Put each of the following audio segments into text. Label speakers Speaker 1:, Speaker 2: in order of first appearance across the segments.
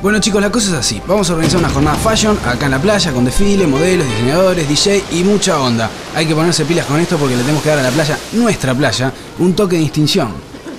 Speaker 1: Bueno chicos, la cosa es así. Vamos a organizar una jornada fashion acá en la playa con desfile, modelos, diseñadores, DJ y mucha onda. Hay que ponerse pilas con esto porque le tenemos que dar a la playa, nuestra playa, un toque de distinción.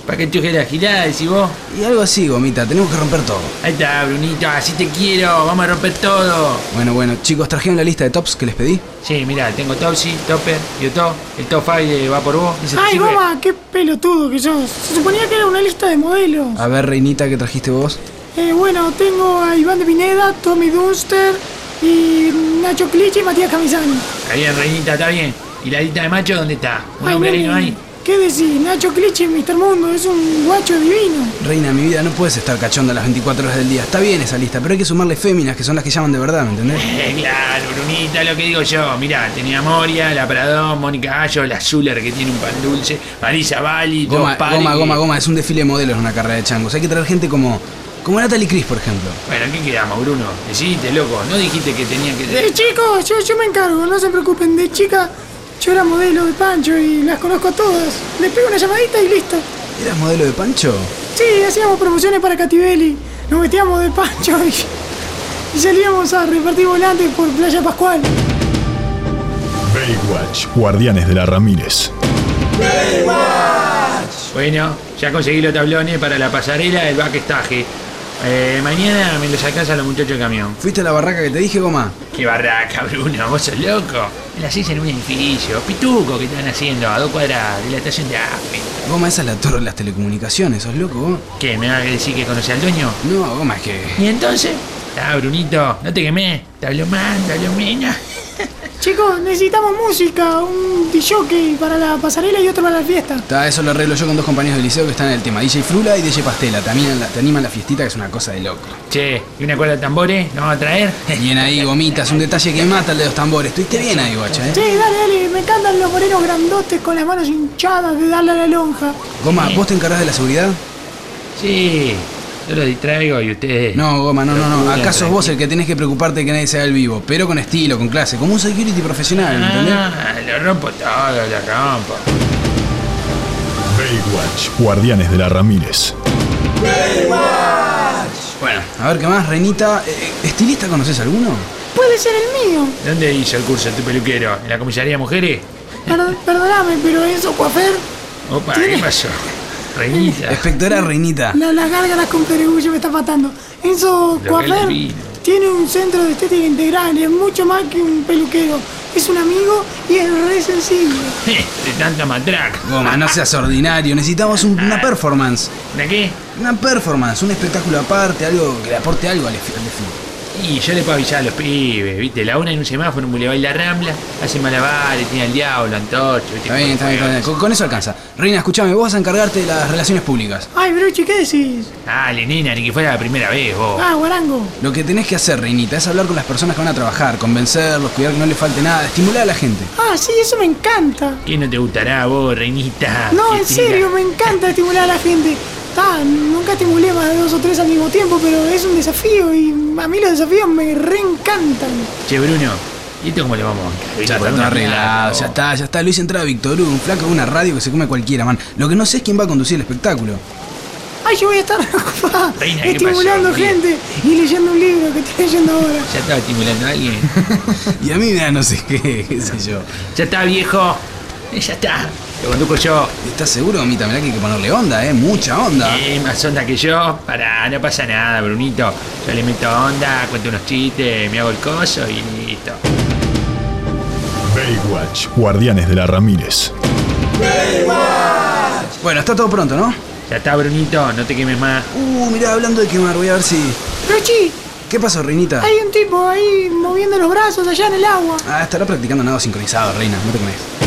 Speaker 2: ¿Para qué chuje la gilada, decís vos?
Speaker 1: Y algo así, gomita, tenemos que romper todo.
Speaker 2: Ahí está, Brunito, así te quiero, vamos a romper todo.
Speaker 1: Bueno, bueno, chicos, trajeron la lista de tops que les pedí.
Speaker 2: Sí, mirá, tengo Topsy, Topper, Yotó, el Top 5 de va por vos. Dice,
Speaker 3: Ay,
Speaker 2: sirve?
Speaker 3: mamá, qué pelotudo que sos. Se suponía que era una lista de modelos.
Speaker 1: A ver, reinita, ¿qué trajiste vos?
Speaker 3: Eh, bueno, tengo a Iván de Pineda, Tommy Dunster y Nacho Cliche y Matías Camisani.
Speaker 2: Está bien, reinita, está bien. ¿Y la lista de macho dónde está? ¿Un
Speaker 3: Ay,
Speaker 2: hombre ahí no
Speaker 3: nene,
Speaker 2: hay?
Speaker 3: ¿Qué decís? Nacho Cliche, Mr. Mundo, es un guacho divino.
Speaker 1: Reina, mi vida, no puedes estar cachonda las 24 horas del día. Está bien esa lista, pero hay que sumarle féminas que son las que llaman de verdad, ¿me entendés?
Speaker 2: Eh, claro, Brunita, lo que digo yo. Mirá, tenía Moria, la Pradón, Mónica Gallo, la Zuller que tiene un pan dulce, Marisa Bali,
Speaker 1: Goma,
Speaker 2: dos pares
Speaker 1: goma,
Speaker 2: que-
Speaker 1: goma, goma, es un desfile de modelos una carrera de changos. Hay que traer gente como. como Natalie Cris, por ejemplo.
Speaker 2: Bueno, ¿en ¿qué quedamos, Bruno? Decidiste, loco. No dijiste que tenía que.
Speaker 3: De Eh, chicos, yo, yo me encargo, no se preocupen. De chica, yo era modelo de Pancho y las conozco a todas. Le pego una llamadita y listo.
Speaker 1: ¿Eras modelo de Pancho?
Speaker 3: Sí, hacíamos promociones para Catibelli. Nos metíamos de Pancho y, y salíamos a repartir volantes por Playa Pascual.
Speaker 4: Baywatch, Guardianes de la Ramírez.
Speaker 2: Bueno, ya conseguí los tablones para la pasarela del backstaje. Eh, mañana me los sacás a los muchachos de camión.
Speaker 1: ¿Fuiste a la barraca que te dije, goma?
Speaker 2: Qué barraca, Bruno, vos sos loco. Me las hice en un edificio, pituco que están haciendo a dos cuadras de la estación de AFE.
Speaker 1: Goma, esa es la torre de las telecomunicaciones, ¿sos loco? vos?
Speaker 2: ¿Qué? ¿Me vas a decir que conocí al dueño?
Speaker 1: No, goma, es que.
Speaker 2: ¿Y entonces? Ah, Brunito, no te quemé. Tablón más, tablón menos.
Speaker 3: Chicos, necesitamos música, un DJ para la pasarela y otro para la fiesta.
Speaker 1: Ta, eso lo arreglo yo con dos compañeros del liceo que están en el tema. DJ Frula y DJ Pastela. Te animan la, te animan la fiestita que es una cosa de loco.
Speaker 2: Che, ¿y una cuerda de tambores? ¿Nos vamos a traer?
Speaker 1: Bien ahí, gomitas, un detalle que mata el de los tambores. Estuviste bien ahí, guacha, ¿eh?
Speaker 3: Sí, dale, dale, me encantan los morenos grandotes con las manos hinchadas de darle a la lonja.
Speaker 1: Goma, ¿vos te encargás de la seguridad?
Speaker 2: Sí, yo los distraigo y ustedes.
Speaker 1: No, Goma, no, no, no.
Speaker 2: Locura,
Speaker 1: Acá sos vos el que tenés que preocuparte que nadie se haga el vivo, pero con estilo, con clase, como un security profesional, ¿entendés?
Speaker 2: Ah, lo rompo todo, lo rompo.
Speaker 4: Baywatch, Guardianes de la Ramírez.
Speaker 1: Bueno, a ver qué más, Reinita. Eh, ¿Estilista conoces alguno?
Speaker 3: Puede ser el mío.
Speaker 2: ¿Dónde hizo el curso tu peluquero? ¿En la comisaría de mujeres?
Speaker 3: Per- perdóname, pero eso, Coafer,
Speaker 2: Opa, ¿qué
Speaker 3: Sí.
Speaker 2: pasó? Reinita.
Speaker 1: Inspectora Reinita.
Speaker 3: la, las gárgaras con perugullo me está matando. Enzo
Speaker 2: que
Speaker 3: Coafer
Speaker 2: él vino.
Speaker 3: tiene un centro de estética integral, es mucho más que un peluquero. Es un amigo y es re sensible.
Speaker 2: De tanta matraca.
Speaker 1: Goma, no seas ordinario. Necesitamos un- una performance.
Speaker 2: ¿De qué?
Speaker 1: Una performance, un espectáculo aparte, algo que le aporte algo al esf- al desfile.
Speaker 2: Y yo le puedo avisar a los pibes, ¿viste? La una en un semáforo en Boulevard La Rambla, hace malabares, tiene al diablo, antorcho, ¿viste?
Speaker 1: Está bien, está bien, está bien. Con, con eso alcanza. Reina, escúchame, vos vas a encargarte de las relaciones públicas.
Speaker 3: Ay, Bruchi, ¿qué decís?
Speaker 2: Dale, nena, ni que fuera la primera vez, vos.
Speaker 3: Ah, guarango.
Speaker 1: Lo que tenés que hacer, Reinita, es hablar con las personas que van a trabajar, convencerlos, cuidar que no les falte nada, estimular a la gente.
Speaker 3: Ah, sí, eso me encanta.
Speaker 2: ¿Qué no te gustará, vos, reinita?
Speaker 3: No,
Speaker 2: Que
Speaker 3: en
Speaker 2: estira.
Speaker 3: serio, me encanta estimular a la gente. Ta, nunca estimulé más de dos o tres al mismo tiempo, pero es un desafío y a mí los desafíos me reencantan.
Speaker 2: Che, Bruno, ¿y esto cómo le vamos a encarar?
Speaker 1: Ya
Speaker 2: Por
Speaker 1: está todo
Speaker 2: una
Speaker 1: arreglado, ya
Speaker 2: plata, vos.
Speaker 1: está, ya está. Luis entra a Victor Hugo, un flaco de una radio que se come cualquiera, man. Lo que no sé es quién va a conducir el espectáculo.
Speaker 3: Ay, yo voy a estar ocupada
Speaker 2: Reina, ¿qué
Speaker 3: estimulando
Speaker 2: pasó?
Speaker 3: gente y leyendo un libro que estoy leyendo ahora.
Speaker 2: Ya estaba estimulando a alguien.
Speaker 1: Y a mí me da no sé qué, qué sé yo.
Speaker 2: ya está, viejo. Eh, Ya está. Lo conduzco yo.
Speaker 1: ¿Estás seguro, Mita? Mirá que hay que ponerle onda, eh. Mucha onda.
Speaker 2: Eh, más onda que yo. Pará, no pasa nada, Brunito. Yo le meto onda, cuento unos chistes, me hago el coso y listo.
Speaker 4: Baywatch, Guardianes de la Ramírez.
Speaker 1: Bueno, está todo pronto, ¿no?
Speaker 2: Ya está, Brunito, no te quemes más.
Speaker 1: Uh, mirá, hablando de quemar, voy a ver si.
Speaker 3: Rochi,
Speaker 1: ¿Qué pasó, Reinita?
Speaker 3: hay un tipo ahí moviendo los brazos allá en el agua.
Speaker 1: Ah, estará practicando nado sincronizado, Reina, no te comes.